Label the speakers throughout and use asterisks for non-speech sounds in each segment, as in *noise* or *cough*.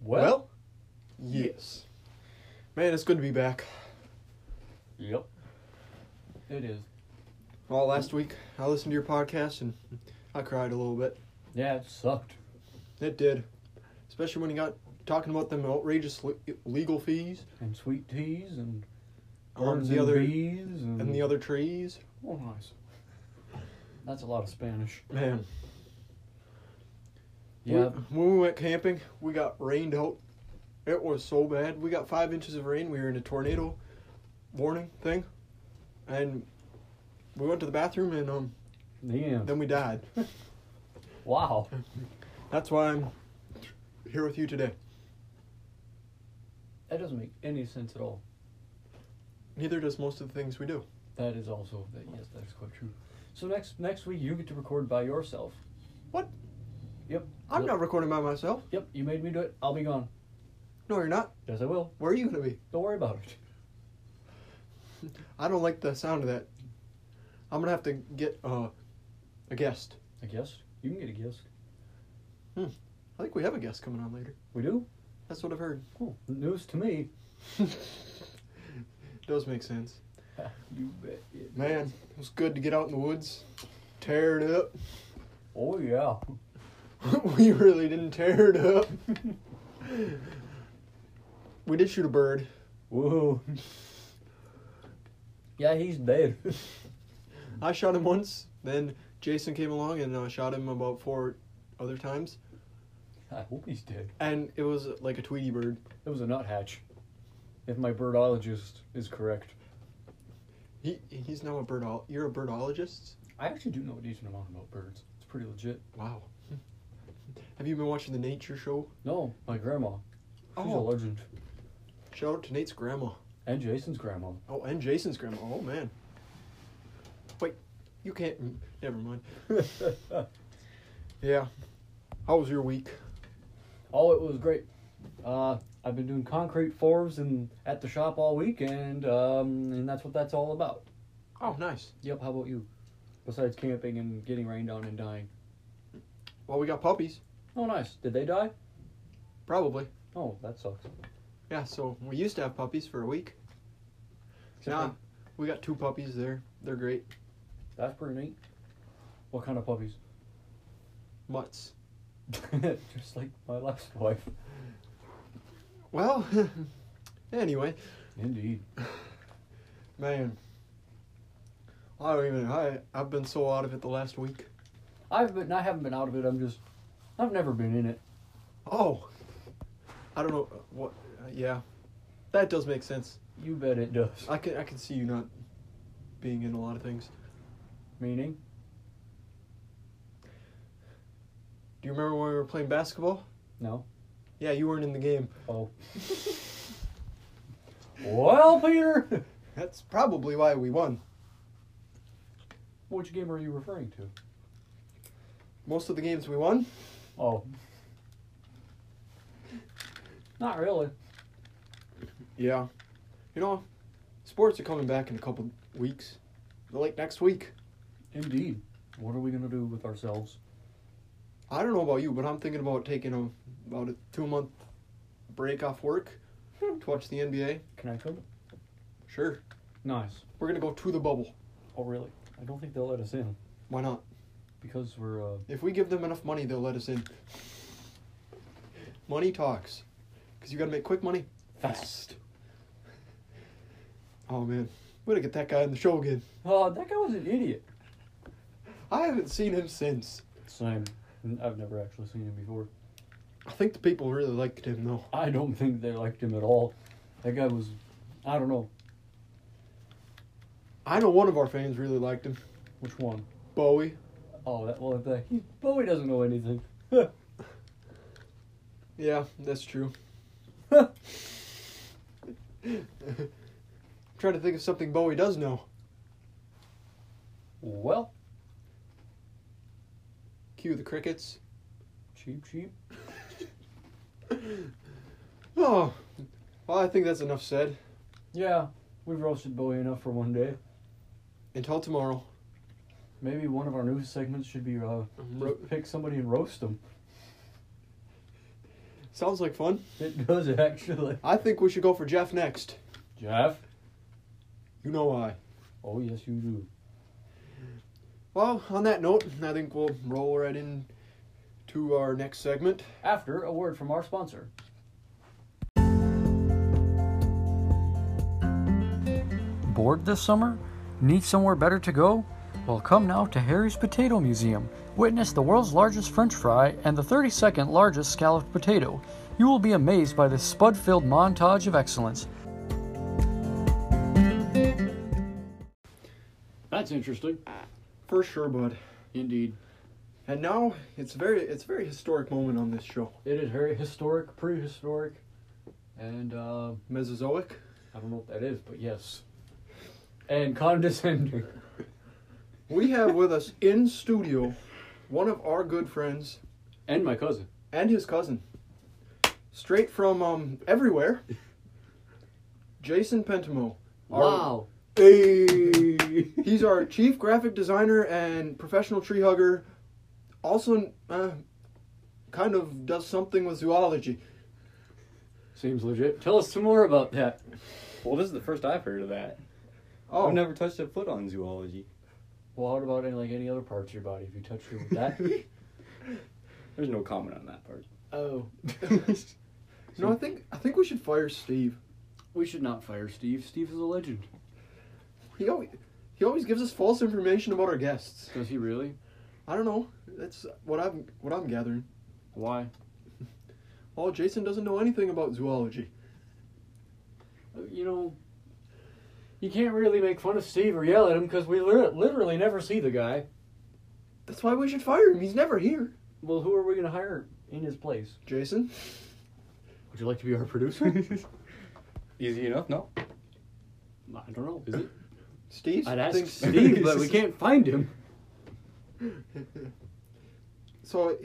Speaker 1: Well,
Speaker 2: yes. Man, it's good to be back.
Speaker 1: yep. It is.
Speaker 2: Well, last week I listened to your podcast and I cried a little bit.
Speaker 1: Yeah, it sucked.
Speaker 2: It did, especially when you got talking about them outrageous le- legal fees
Speaker 1: And sweet teas and
Speaker 2: on
Speaker 1: birds
Speaker 2: the
Speaker 1: and
Speaker 2: other
Speaker 1: bees and,
Speaker 2: and the other trees.
Speaker 1: Oh, nice. That's a lot of Spanish.
Speaker 2: Man,
Speaker 1: Yeah.
Speaker 2: we- when we went camping, we got rained out. It was so bad. We got five inches of rain. We were in a tornado warning thing, and we went to the bathroom and um
Speaker 1: Yeah.
Speaker 2: then
Speaker 1: *laughs*
Speaker 2: we died.
Speaker 1: Wow.
Speaker 2: That's why I'm here with you today.
Speaker 1: That doesn't make any sense at all.
Speaker 2: Neither does most of the things we do.
Speaker 1: That is also that. Yes, that's quite true. So next next week you get to record by yourself.
Speaker 2: What?
Speaker 1: Yep.
Speaker 2: I'm not recording by myself.
Speaker 1: Yep. You made me do it. I'll be gone.
Speaker 2: No, you're not.
Speaker 1: Yes, I will.
Speaker 2: Where are you gonna be?
Speaker 1: Don't worry about it.
Speaker 2: I don't like the sound of that. I'm gonna have to get uh, a guest.
Speaker 1: A guest? You can get a guest.
Speaker 2: I think we have a guest coming on later.
Speaker 1: We do?
Speaker 2: That's what I've heard. *laughs*
Speaker 1: Cool. News to me.
Speaker 2: Does make sense.
Speaker 1: You bet. It.
Speaker 2: Man, it was good to get out in the woods, tear it up. *laughs*
Speaker 1: Oh yeah.
Speaker 2: we really didn't tear it up. *laughs* we did shoot a bird.
Speaker 1: Whoa. *laughs* yeah, he's dead. *laughs*
Speaker 2: I shot him once. Then Jason came along and uh, shot him about four other times,
Speaker 1: I hope he's dead.
Speaker 2: and it was like a Tweety bird.
Speaker 1: It was a nuthatch. If my birdologist is correct.
Speaker 2: He he's now a birdol. You're a birdologist.
Speaker 1: I actually do know a decent amount about birds. It's pretty legit.
Speaker 2: Wow. Have you been watching the nature show?
Speaker 1: No, my grandma. She's a
Speaker 2: Oh.
Speaker 1: legend.
Speaker 2: Shout out to Nate's grandma.
Speaker 1: And Jason's grandma. *laughs*
Speaker 2: Oh, and Jason's grandma. Oh man. Wait, you can't. mm, Never mind. *laughs* Yeah. How was your week?
Speaker 1: oh, it was great. Uh, I've been doing concrete forms and at the shop all week, and um, and that's what that's all about.
Speaker 2: Oh, nice.
Speaker 1: Yep. How about you? Besides camping and getting rained on and dying.
Speaker 2: Well, we got puppies.
Speaker 1: Oh, nice. Did they die?
Speaker 2: Probably.
Speaker 1: Oh, that sucks.
Speaker 2: Yeah. So we used to have puppies for a week.
Speaker 1: Except
Speaker 2: Now
Speaker 1: for-
Speaker 2: we got two puppies. They're they're great.
Speaker 1: that's pretty neat. What kind of puppies? *laughs*
Speaker 2: Mutts.
Speaker 1: Just like my last wife.
Speaker 2: Well. *laughs* anyway,
Speaker 1: Indeed.
Speaker 2: man. I don't even. I I've been so out of it the last week.
Speaker 1: I've been. I haven't been out of it. I'm just. I've never been in it.
Speaker 2: Oh, I don't know what. Uh, yeah, that does make sense.
Speaker 1: You bet it does.
Speaker 2: I can I can see you not being in a lot of things.
Speaker 1: Meaning?
Speaker 2: Do you remember when we were playing basketball?
Speaker 1: No.
Speaker 2: Yeah, you weren't in the game.
Speaker 1: Oh. well, Peter. *laughs*
Speaker 2: That's probably why we won.
Speaker 1: Which game are you referring to?
Speaker 2: Most of the games we won.
Speaker 1: Oh. Not really.
Speaker 2: Yeah, you know, sports are coming back in a couple weeks, like next week.
Speaker 1: Indeed. What are we gonna do with ourselves?
Speaker 2: I don't know about you, but I'm thinking about taking a about a two month break off work to watch the NBA.
Speaker 1: Can I come?
Speaker 2: Sure,
Speaker 1: Nice.
Speaker 2: we're gonna go to the bubble.
Speaker 1: Oh, really? I don't think they'll let us in
Speaker 2: Why not?
Speaker 1: because we're. Uh,
Speaker 2: If we give them enough money, they'll let us in. Money talks. Because you gotta make quick money.
Speaker 1: Fast.
Speaker 2: *laughs* Oh man. We gotta get that guy in the show again.
Speaker 1: oh, that guy was an idiot.
Speaker 2: I haven't seen him since.
Speaker 1: Same. I've never actually seen him before.
Speaker 2: I think the people really liked him though.
Speaker 1: I don't think they liked him at all. That guy was, I don't know
Speaker 2: I know one of our fans really liked him.
Speaker 1: which one.
Speaker 2: Bowie.
Speaker 1: Oh, that well, that he Bowie doesn't know anything. *laughs*
Speaker 2: Yeah, that's true. *laughs* trying to think of something Bowie does know.
Speaker 1: well,
Speaker 2: Cue the crickets.
Speaker 1: cheap, cheap.
Speaker 2: Oh. Well, I think that's enough said.
Speaker 1: Yeah, we've roasted Bowie enough for one day.
Speaker 2: Until tomorrow.
Speaker 1: Maybe one of our news segments should be uh,
Speaker 2: Ro-
Speaker 1: just pick somebody and roast them.
Speaker 2: Sounds like fun.
Speaker 1: It does *laughs* actually.
Speaker 2: I think we should go for Jeff next.
Speaker 1: Jeff?
Speaker 2: You know why.
Speaker 1: Oh, yes, you do.
Speaker 2: Well, on that note, I think we'll roll right in to our next segment.
Speaker 1: After a word from our sponsor. Bored this summer? Need somewhere better to go? Well, come now to Harry's Potato Museum. Witness the world's largest french fry and the 32nd largest scalloped potato. You will be amazed by this spud filled montage of excellence. That's interesting.
Speaker 2: For sure, bud.
Speaker 1: Indeed.
Speaker 2: And now it's very it's a very historic moment on this show.
Speaker 1: It is very historic, prehistoric, and uh,
Speaker 2: Mesozoic.
Speaker 1: I don't know what that is, but yes. And condescending.
Speaker 2: We have with us in studio one of our good friends
Speaker 1: And my cousin.
Speaker 2: and his cousin. Straight from um everywhere. Jason Pentimo. Our-
Speaker 1: Wow.
Speaker 2: Hey. He's our chief graphic designer and professional tree hugger. Also, uh, kind of does something with zoology.
Speaker 1: Seems legit. Tell us some more about that.
Speaker 3: Well, this is the first I've heard of that.
Speaker 2: Oh,
Speaker 3: I've never touched a foot on zoology.
Speaker 1: Well, what about any like any other parts of your body? If you touch your that.
Speaker 3: There's no comment on that part.
Speaker 1: *laughs* oh,
Speaker 2: no, I think I think we should fire Steve.
Speaker 1: *laughs* we should not fire Steve. Steve is a legend.
Speaker 2: He always, he always gives us false information about our guests.
Speaker 1: Does he really?
Speaker 2: I don't know. That's what I'm what I'm gathering.
Speaker 1: Why?
Speaker 2: Oh, Jason doesn't know anything about zoology.
Speaker 1: Uh, You know, you can't really make fun of Steve or yell at him because we lit- literally never see the guy.
Speaker 2: That's why we should fire him. He's never here.
Speaker 1: Well, who are we going to hire in his place?
Speaker 2: Jason,
Speaker 1: Would you like to be our *laughs* producer?
Speaker 3: Easy enough, no?
Speaker 1: I don't know. Is it?
Speaker 2: Steve.
Speaker 1: I'd ask
Speaker 2: thinks-
Speaker 1: Steve,
Speaker 2: *laughs*
Speaker 1: but *laughs* we can't find him.
Speaker 2: *laughs* So,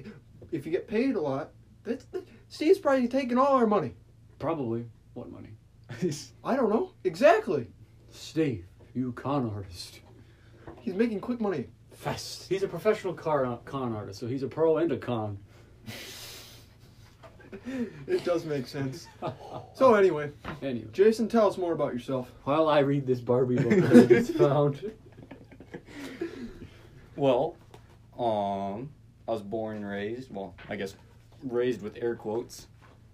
Speaker 2: if you get paid a lot, that's, that, Steve's probably taking all our money.
Speaker 1: Probably. What money?
Speaker 2: I don't know. Exactly.
Speaker 1: *laughs* Steve, you con artist.
Speaker 2: He's making quick money. *laughs*
Speaker 1: Fast. He's a professional car, con artist, so he's a pro and a con.
Speaker 2: It does make sense. so anyway,
Speaker 1: Anyway.
Speaker 2: Jason, tell us more about yourself.
Speaker 1: While I read this Barbie *laughs* book that I just found,
Speaker 3: well, um, I was born and raised, well, I guess raised with air quotes.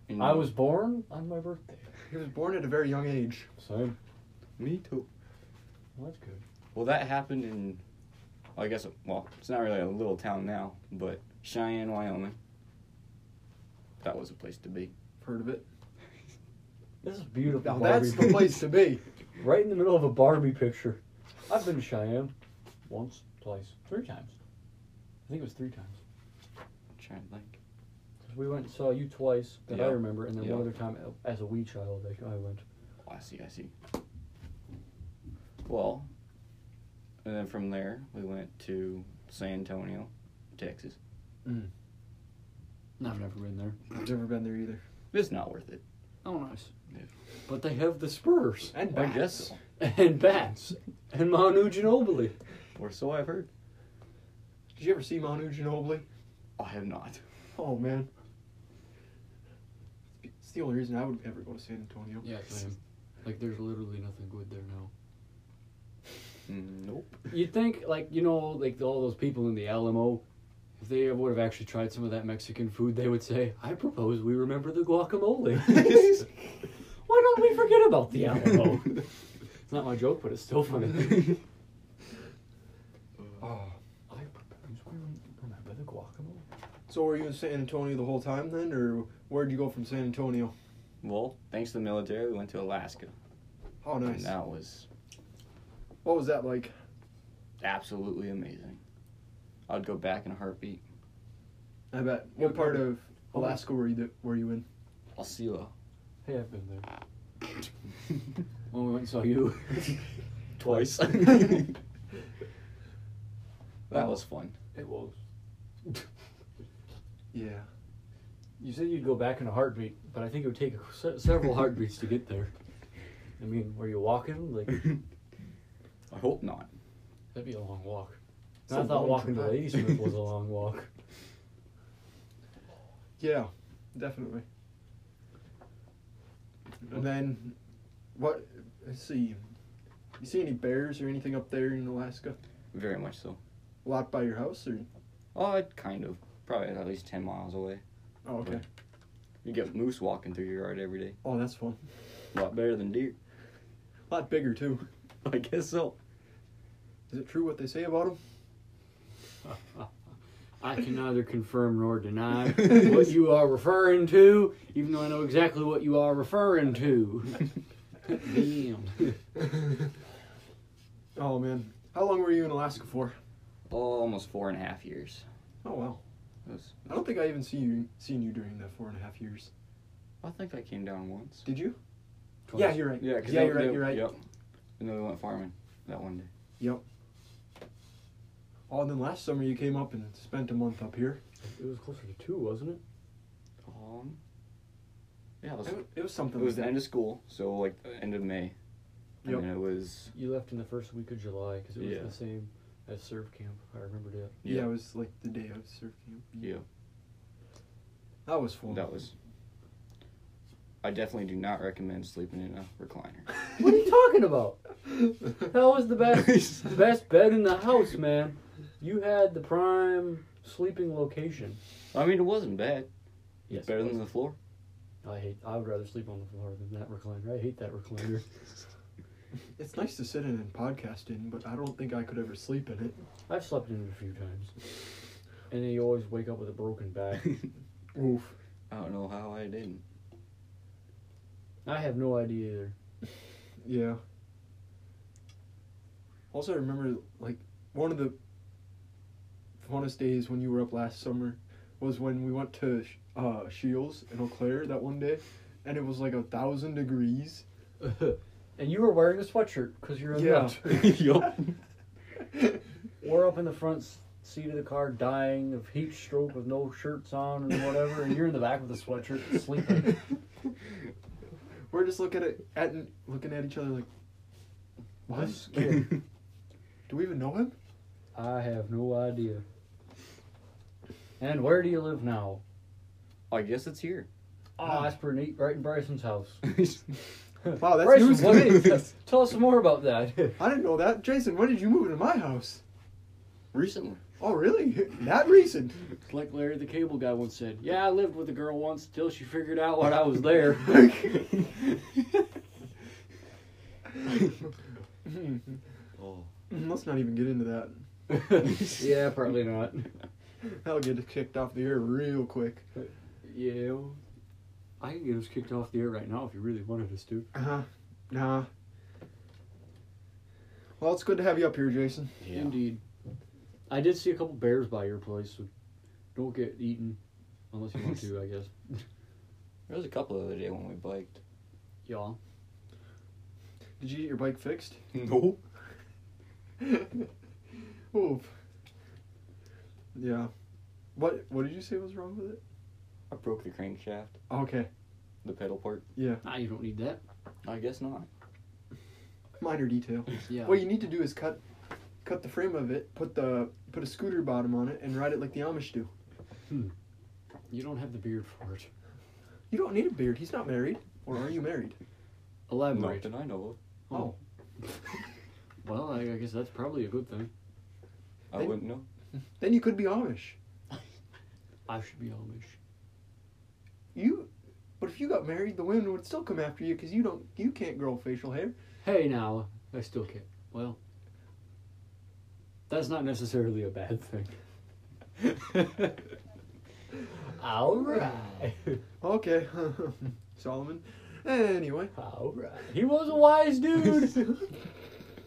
Speaker 3: in-
Speaker 1: I was born on my birthday.
Speaker 2: He was born at a very young age.
Speaker 1: Same.
Speaker 3: Me too.
Speaker 1: Well, that's good.
Speaker 3: Well, that happened in, well, I guess, well, it's not really a little town now, but Cheyenne, Wyoming. That was a place to be.
Speaker 2: Heard of it?
Speaker 1: This is beautiful.
Speaker 2: Now
Speaker 1: Barbie
Speaker 2: that's the
Speaker 1: book.
Speaker 2: place to be.
Speaker 1: Right in the middle of a Barbie picture. I've been to Cheyenne once, twice, three times. I think it was three times.
Speaker 3: Trying to think.
Speaker 1: 'Cause We went and saw you twice that I
Speaker 3: Yeah.
Speaker 1: remember, and then
Speaker 3: Yeah.
Speaker 1: one other time as a wee child that I went.
Speaker 3: Oh, I see, I see. Well, and then from there, we went to San Antonio, Texas.
Speaker 1: I've never been there.
Speaker 2: *laughs* I've never been there either.
Speaker 3: It's not worth it.
Speaker 1: Oh, nice.
Speaker 3: Yeah.
Speaker 1: But they have the Spurs
Speaker 2: And
Speaker 3: I
Speaker 2: bats.
Speaker 3: guess so.
Speaker 1: and bats and Manu Ginobili.
Speaker 3: Or so I've heard.
Speaker 2: Did you ever see Manu Ginobili?
Speaker 3: I have not.
Speaker 2: Oh man. It's the only reason I would ever go to San *laughs* Antonio.
Speaker 1: Yeah, same. Like there's literally nothing good there now.
Speaker 3: Mm, Nope.
Speaker 1: You'd think, like you know, like all those people in the Alamo, if they would have actually tried some of that Mexican food, they would say, "I propose we remember the guacamole." *laughs*
Speaker 2: *laughs*
Speaker 1: Why don't we forget about the Alamo? it's not my joke, but it's still *laughs* funny.
Speaker 2: Oh.
Speaker 1: I propose we remember the guacamole.
Speaker 2: So were you in San Antonio the whole time then, or where'd you go from San Antonio?
Speaker 3: *laughs* Well, thanks to the military, we went to Alaska.
Speaker 2: Oh, nice.
Speaker 3: And that was
Speaker 2: What was that like?
Speaker 3: absolutely amazing. I'd go back in a heartbeat.
Speaker 2: I bet. What
Speaker 1: Good
Speaker 2: part
Speaker 1: part.
Speaker 2: of Alaska were you, were you in?
Speaker 3: Osceola.
Speaker 1: Hey, I've been there. *laughs* when we went and saw you.
Speaker 3: Twice. that was fun.
Speaker 1: It was.
Speaker 2: Yeah.
Speaker 1: You said you'd go back in a heartbeat, but I think it would take *laughs* se- several heartbeats to get there. I mean, were you walking? *laughs* Like
Speaker 3: I hope not.
Speaker 1: that'd be a long walk.
Speaker 2: It's
Speaker 1: And I
Speaker 2: a
Speaker 1: thought
Speaker 2: long
Speaker 1: walking to *laughs*
Speaker 2: drive.
Speaker 1: Ladysmith was a long walk.
Speaker 2: Yeah, definitely. And then, what? Let's see. You see any bears or anything up there in Alaska?
Speaker 3: Very much so.
Speaker 2: A lot by your house, or?
Speaker 3: Oh, I'd kind of. Probably at least 10 miles away.
Speaker 2: Oh, okay.
Speaker 3: You get moose walking through your yard every day.
Speaker 2: Oh, that's fun.
Speaker 3: A lot better than deer. *laughs*
Speaker 2: A lot bigger too.
Speaker 3: I guess so.
Speaker 2: Is it true what they say about them?
Speaker 1: I can neither confirm nor *laughs* deny what you are referring to, even though I know exactly what you are referring to. *laughs* Damn.
Speaker 2: *laughs* Oh man, how long were you in Alaska for?
Speaker 3: Oh, almost four and a half years.
Speaker 2: Oh wow,
Speaker 3: It was,
Speaker 2: I don't think I even see you seen you during that four and a half years.
Speaker 3: I think I came down once.
Speaker 2: Did you? Yeah, you're right.
Speaker 3: Yeah, 'cause
Speaker 2: yeah,
Speaker 3: they-
Speaker 2: you're right.
Speaker 3: they-
Speaker 2: You're right.
Speaker 3: Yep. And then we went farming that one day.
Speaker 2: Oh, and then last summer you came up and spent a month up here.
Speaker 1: It was closer to two, wasn't it?
Speaker 3: Um, yeah, it was,
Speaker 2: It
Speaker 3: it
Speaker 2: was, it was something.
Speaker 3: was the
Speaker 2: like
Speaker 3: end of school, so like the end of May. And
Speaker 2: Yep.
Speaker 3: then it was,
Speaker 1: You left in the first week of July because it was
Speaker 3: Yeah.
Speaker 1: the same as serve camp. I remember that.
Speaker 2: that. Yeah,
Speaker 3: yeah.
Speaker 2: it was like the day of surf camp.
Speaker 3: yeah,
Speaker 2: That was fun. *laughs*
Speaker 3: that was. I definitely do not recommend sleeping in a *laughs* recliner.
Speaker 1: What are you talking about? That was the best, the best bed in the house, man. You had the prime sleeping location.
Speaker 3: I mean, it wasn't bad. It's better
Speaker 1: it
Speaker 3: than the floor.
Speaker 1: was. I hate. I would rather sleep on the floor than that recliner. I hate that recliner.
Speaker 2: *laughs* It's nice to sit in and podcast in, but I don't think I could ever sleep in it.
Speaker 1: I've slept in it a few times, and then you always wake up with a broken back.
Speaker 2: Oof.
Speaker 3: I don't know how I didn't.
Speaker 1: I have no idea either.
Speaker 2: Yeah. Also, I remember like one of the funnest days when you were up last summer was when we went to Sh- uh, Shields in Eau Claire that one day, and it was like a thousand degrees.
Speaker 1: and you were wearing a sweatshirt because you're a
Speaker 2: *laughs* Yeah.
Speaker 1: nut.
Speaker 3: yup.
Speaker 1: We're up in the front s- seat of the car, dying of heat stroke with no shirts on and whatever, and you're in the back with a sweatshirt
Speaker 3: *laughs*
Speaker 1: sleeping.
Speaker 2: We're just looking at at looking at each other like, what?
Speaker 1: This kid,
Speaker 2: *laughs* Do we even know him?
Speaker 1: I have no idea. And where do you live now?
Speaker 3: I guess it's here.
Speaker 1: Oh, that's pretty neat. Right in Bryson's *laughs* house.
Speaker 2: Wow, that's
Speaker 1: Bryson,
Speaker 2: news.
Speaker 1: what is? Tell us some more about that.
Speaker 2: I didn't know that, Jason. When did you move into my house?
Speaker 3: Recently. *laughs*
Speaker 2: Oh, really? That recent?
Speaker 1: *laughs* Like Larry the Cable Guy once said, "Yeah, I lived with a girl once till she figured out what I was
Speaker 2: *laughs*
Speaker 1: there."
Speaker 3: oh.
Speaker 2: Let's not even get into that.
Speaker 1: *laughs* yeah, probably not.
Speaker 2: That'll get kicked off the air real quick.
Speaker 1: Yeah, I can get us kicked off the air right now if you really wanted us to.
Speaker 2: Uh huh. Nah. Well, it's good to have you up here, Jason.
Speaker 3: Yeah.
Speaker 1: Indeed. I did see a couple bears by your place, so don't get eaten unless you want to, I guess.
Speaker 3: There was a couple the other day when
Speaker 2: *laughs*
Speaker 3: we biked.
Speaker 1: *laughs* Y'all.
Speaker 2: Did you get your bike fixed?
Speaker 3: No.
Speaker 2: *laughs* Oof. Yeah. What What did you say was wrong with it?
Speaker 3: I broke the crankshaft,
Speaker 2: Okay.
Speaker 3: the pedal part.
Speaker 2: Yeah.
Speaker 1: Nah, you don't need that.
Speaker 3: I guess not.
Speaker 2: Minor detail.
Speaker 1: Yeah.
Speaker 2: What you need to do is cut cut the frame of it, put the put a scooter bottom on it, and ride it like the Amish do.
Speaker 1: You don't have the beard for it.
Speaker 2: You don't need a beard. He's not married. Or are you married?
Speaker 1: Elaborate.
Speaker 3: Not that I know
Speaker 1: Oh. well, I, I guess that's probably a good thing.
Speaker 3: of. I
Speaker 2: They-
Speaker 3: wouldn't know.
Speaker 2: Then you could be Amish.
Speaker 1: I should be Amish.
Speaker 2: You. But if you got married, the women would still come after you because you don't. You can't grow facial
Speaker 3: *laughs*
Speaker 2: hair.
Speaker 1: Hey, now, I still can't. Well, that's not necessarily a bad thing. *laughs* All right.
Speaker 2: Okay, *laughs* Solomon.
Speaker 3: *laughs*
Speaker 2: Anyway,
Speaker 1: All right. He was a wise dude.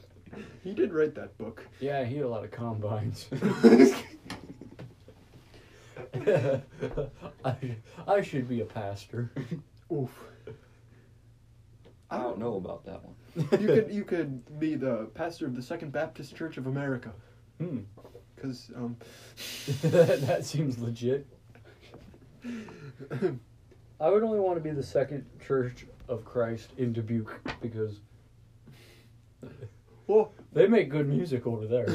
Speaker 1: *laughs*
Speaker 2: he did write that
Speaker 3: *laughs*
Speaker 2: book.
Speaker 1: Yeah, he had a lot of *laughs* combines. I, I should be a *laughs* pastor.
Speaker 2: Oof.
Speaker 3: I don't know about that one.
Speaker 2: You could you could be the pastor of the Second Baptist Church of America
Speaker 1: Hmm. *laughs*
Speaker 2: because um, *laughs*
Speaker 1: that seems legit. I would only want to be the second church of Christ in Dubuque because
Speaker 2: well,
Speaker 1: they make good music over there.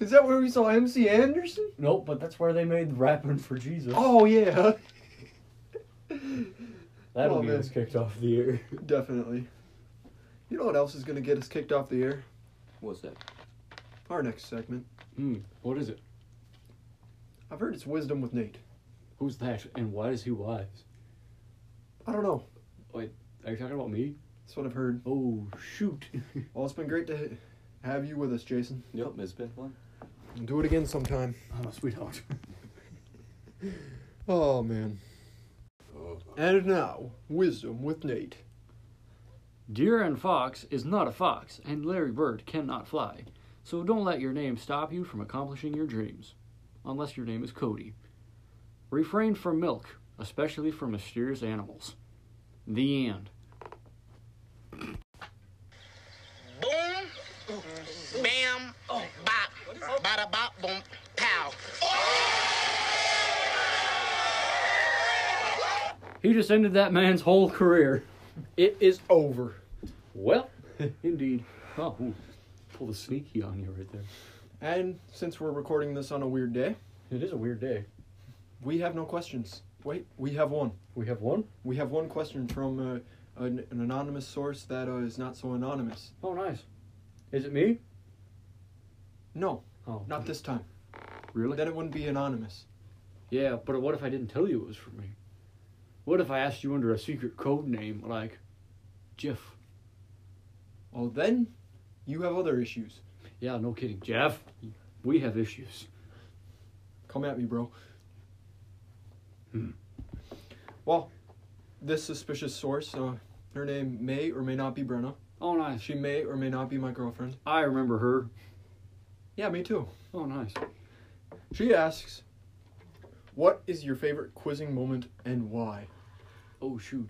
Speaker 2: is that where we saw MC Anderson?
Speaker 1: Oh, nope, but that's where they made Rapping for Jesus.
Speaker 2: Oh yeah.
Speaker 1: That'll
Speaker 2: Oh,
Speaker 1: get
Speaker 2: man.
Speaker 1: us kicked off the air.
Speaker 2: *laughs* Definitely. You know what else is gonna get us kicked off the air?
Speaker 3: What's that?
Speaker 2: Our next segment.
Speaker 1: Hmm. What is it?
Speaker 2: I've heard it's wisdom with Nate.
Speaker 1: Who's that? And why does he wise?
Speaker 2: I don't know.
Speaker 1: Are you talking about me?
Speaker 2: That's what I've heard.
Speaker 1: Oh shoot! *laughs*
Speaker 2: Well, it's been great to ha- have you with us, Jason.
Speaker 3: Yep, it's been fun.
Speaker 2: Do it again sometime.
Speaker 1: I'm a sweetheart.
Speaker 2: Oh man. And now, wisdom with Nate.
Speaker 4: Deer and fox is not a fox, and Larry Bird cannot fly. So don't let your name stop you from accomplishing your dreams. Unless your name is Cody. Refrain from milk, especially from mysterious animals. The end.
Speaker 5: Boom, bam, bop, bada bop, boom, pow.
Speaker 4: He just ended that man's whole career.
Speaker 1: it is
Speaker 2: Over.
Speaker 1: well, *laughs* indeed. Oh, ooh. pull the sneaky on you right there.
Speaker 2: And since we're recording this on a weird day,
Speaker 1: It is a weird day.
Speaker 2: we have no questions. Wait, we have one.
Speaker 1: We have one.
Speaker 2: We have one question from uh, an, an anonymous source that uh, is not so anonymous.
Speaker 1: Oh, nice. Is it me?
Speaker 2: No,
Speaker 1: Oh,
Speaker 2: not this time.
Speaker 1: really?
Speaker 2: Then it wouldn't be anonymous.
Speaker 1: Yeah, but what if I didn't tell you it was for me? What if I asked you under a secret code name like Jeff?
Speaker 2: Well, then you have other issues.
Speaker 1: Yeah, no kidding. Jeff, we have issues.
Speaker 2: Come at me, bro.
Speaker 1: Hmm.
Speaker 2: Well, this suspicious source, uh, her name may or may not be Brenna.
Speaker 1: Oh, nice.
Speaker 2: She may or may not be my girlfriend.
Speaker 1: I remember her.
Speaker 2: Yeah, me too.
Speaker 1: Oh, nice.
Speaker 2: She asks, What is your favorite quizzing moment and why?
Speaker 1: Oh, shoot.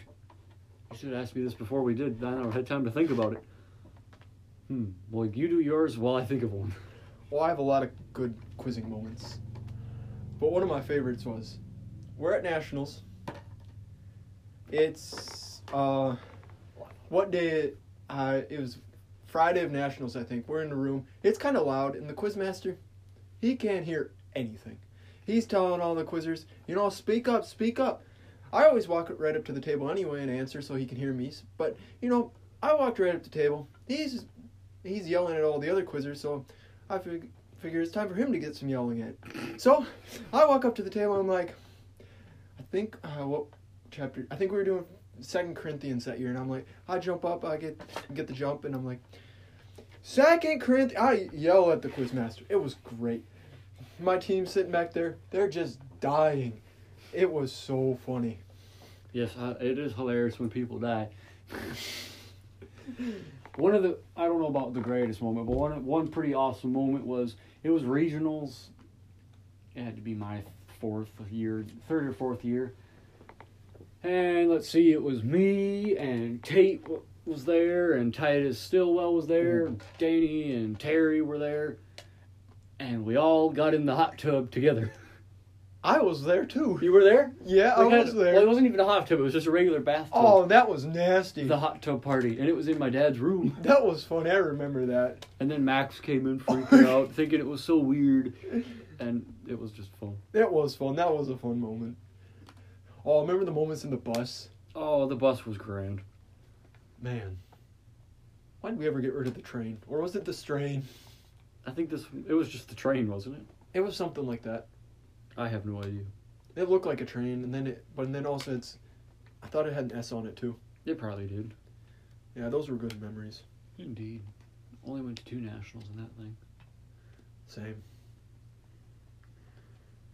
Speaker 1: You should have asked me this before we did. I never had time to think about it. Hmm. Well, you do yours while I think of one.
Speaker 2: Well, I have a lot of good quizzing moments. But one of my favorites was we're at Nationals. It's uh what day uh it was Friday of Nationals, I think. We're in the room. It's kind of loud and the quizmaster he can't hear anything. He's telling all the quizzers, you know, speak up, speak up. I always walk right up to the table anyway and answer so he can hear me. But, you know, I walked right up to the table. He's he's yelling at all the other quizzers, so I fig- figure it's time for him to get some yelling in. So I walk up to the table. I'm like, I think uh, what chapter? I think we were doing Second Corinthians that year, and I'm like, I jump up, I get get the jump, and I'm like, Second Corinthians. I yell at the quizmaster. It was great. My team sitting back there, they're just dying. It was so funny.
Speaker 1: Yes, I, it is hilarious when people die. one of the I don't know about the greatest moment, but one one pretty awesome moment was it was regionals. It had to be my fourth year, third or fourth year. And let's see, it was me and Tate w- was there, and Titus Stillwell was there,
Speaker 2: Mm.
Speaker 1: Danny and Terry were there, and we all got in the hot tub together.
Speaker 2: I was there too.
Speaker 1: You were there?
Speaker 2: Yeah, I
Speaker 1: We had-
Speaker 2: was
Speaker 1: Well, it
Speaker 2: there.
Speaker 1: wasn't even a hot tub; it was just a regular bathtub
Speaker 2: Oh, that was nasty.
Speaker 1: the hot tub party, and it was in my dad's room.
Speaker 2: That was fun. I remember that.
Speaker 1: And then Max came in freaking out, thinking it was so weird, and it was just fun.
Speaker 2: That was fun. That was a fun moment. Oh, remember the moments in the bus?
Speaker 1: Oh, the bus was grand.
Speaker 2: Man. Why did we ever get rid of the train? Or was it the strain?
Speaker 1: I think this it was just the train, wasn't it?
Speaker 2: It was something like that.
Speaker 1: I have no idea.
Speaker 2: It looked like a train, and then it, but then also it's, I thought it had an S on it too.
Speaker 1: It probably did.
Speaker 2: Yeah, those were good memories.
Speaker 1: Indeed. Only went to two nationals in that thing.
Speaker 2: Same.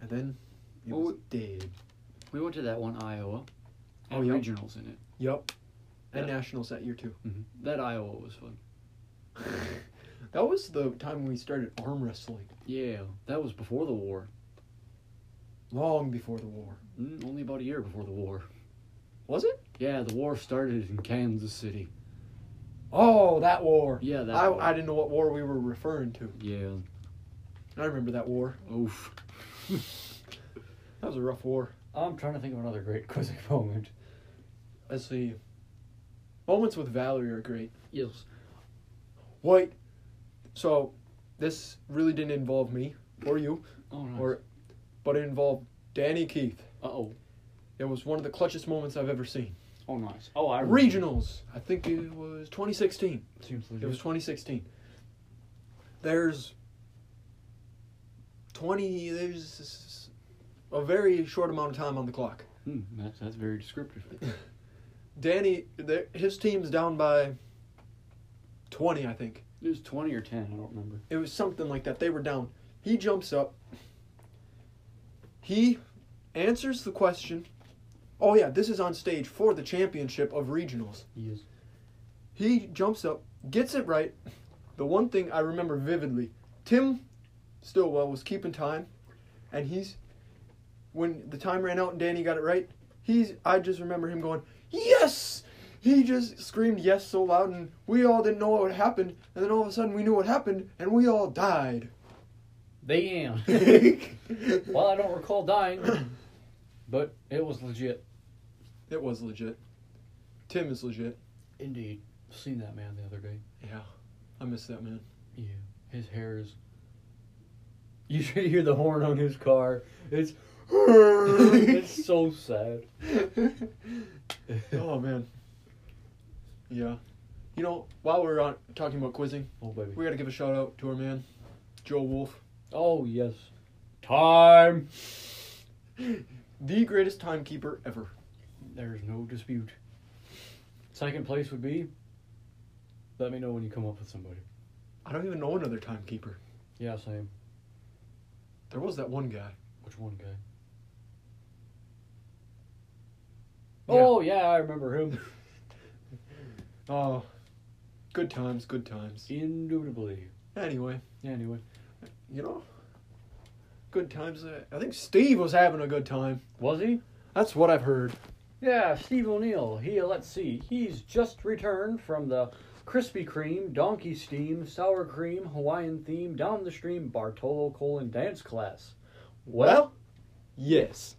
Speaker 2: And then it
Speaker 1: Well,
Speaker 2: was dead.
Speaker 1: We went to that one Iowa.
Speaker 2: Oh,
Speaker 1: Oh,
Speaker 2: yeah.
Speaker 1: regionals in it.
Speaker 2: Yup. And
Speaker 1: Yeah.
Speaker 2: nationals that year too. *laughs*
Speaker 1: That Iowa was fun.
Speaker 2: That was the time we started arm wrestling,
Speaker 1: Yeah, that was before the war.
Speaker 2: long before the war.
Speaker 1: Mm, only about a year before the war.
Speaker 2: Was it?
Speaker 1: Yeah, the war started in Kansas City.
Speaker 2: Oh, that war.
Speaker 1: Yeah, that.
Speaker 2: I,
Speaker 1: war.
Speaker 2: I didn't know what war we were referring to.
Speaker 1: yeah.
Speaker 2: I remember that war.
Speaker 1: Oof. *laughs*
Speaker 2: That was a rough war.
Speaker 1: Oh, I'm trying to think of another great *laughs* quizzing moment.
Speaker 2: Let's see. Moments with Valerie are great.
Speaker 1: Yes.
Speaker 2: Wait. So, this really didn't involve me or you,
Speaker 1: Oh no.
Speaker 2: or, but it involved Danny Keith.
Speaker 1: uh oh.
Speaker 2: It was one of the clutchest moments I've ever seen.
Speaker 1: Oh, nice. Oh, I remember.
Speaker 2: Regionals. I think it was 2016.
Speaker 1: Seems
Speaker 2: It
Speaker 1: legit.
Speaker 2: was 2016. There's 20. There's a very short amount of time on the clock.
Speaker 1: Hmm, that's, that's very descriptive.
Speaker 2: Danny, there- his team's down by 20, I think.
Speaker 1: It was 20 or 10, I don't remember.
Speaker 2: It was something like that. They were down. He jumps up. He answers the question. Oh yeah, this is on stage for the championship of regionals.
Speaker 1: He is.
Speaker 2: He jumps up, gets it right. The one thing I remember vividly, Tim Stillwell was keeping time, and he's when the time ran out and Danny got it right. He's I just remember him going yes. He just screamed yes so loud, and we all didn't know what happened. And then all of a sudden, we knew what happened, and we all died.
Speaker 1: *laughs* Damn.
Speaker 2: it
Speaker 1: well, I don't recall dying, but it was legit.
Speaker 2: was legit. Tim is legit.
Speaker 1: Indeed. Seen that man the other day.
Speaker 2: Yeah, I miss that man.
Speaker 1: Yeah. His hair is. You *laughs* should hear the horn on his car. It's. *laughs* it's so *laughs* sad.
Speaker 2: oh man. Yeah. You know, while we're on talking about quizzing,
Speaker 1: Oh, baby.
Speaker 2: we gotta give a shout out to our man, Joe Wolf. *laughs*
Speaker 1: Oh, yes. Time!
Speaker 2: The greatest timekeeper ever.
Speaker 1: There's no dispute. Second place would be. Let me know when you come up with somebody.
Speaker 2: I don't even know another timekeeper.
Speaker 1: Yeah, same.
Speaker 2: There was that one guy.
Speaker 1: Which one guy?
Speaker 2: Yeah.
Speaker 1: Oh yeah, I remember him. *laughs*
Speaker 2: Oh. Good times, good times.
Speaker 1: Indubitably.
Speaker 2: Anyway,
Speaker 1: Yeah, anyway.
Speaker 2: you know, good times. uh, I think Steve was having a good time.
Speaker 1: Was he?
Speaker 2: That's what I've heard.
Speaker 1: Yeah, Steve O'Neill. He uh, let's see. He's just returned from the Krispy Kreme, Donkey Steam, Sour Cream, Hawaiian Theme, Down the Stream, Bartolo Colon dance class.
Speaker 2: Well, yes.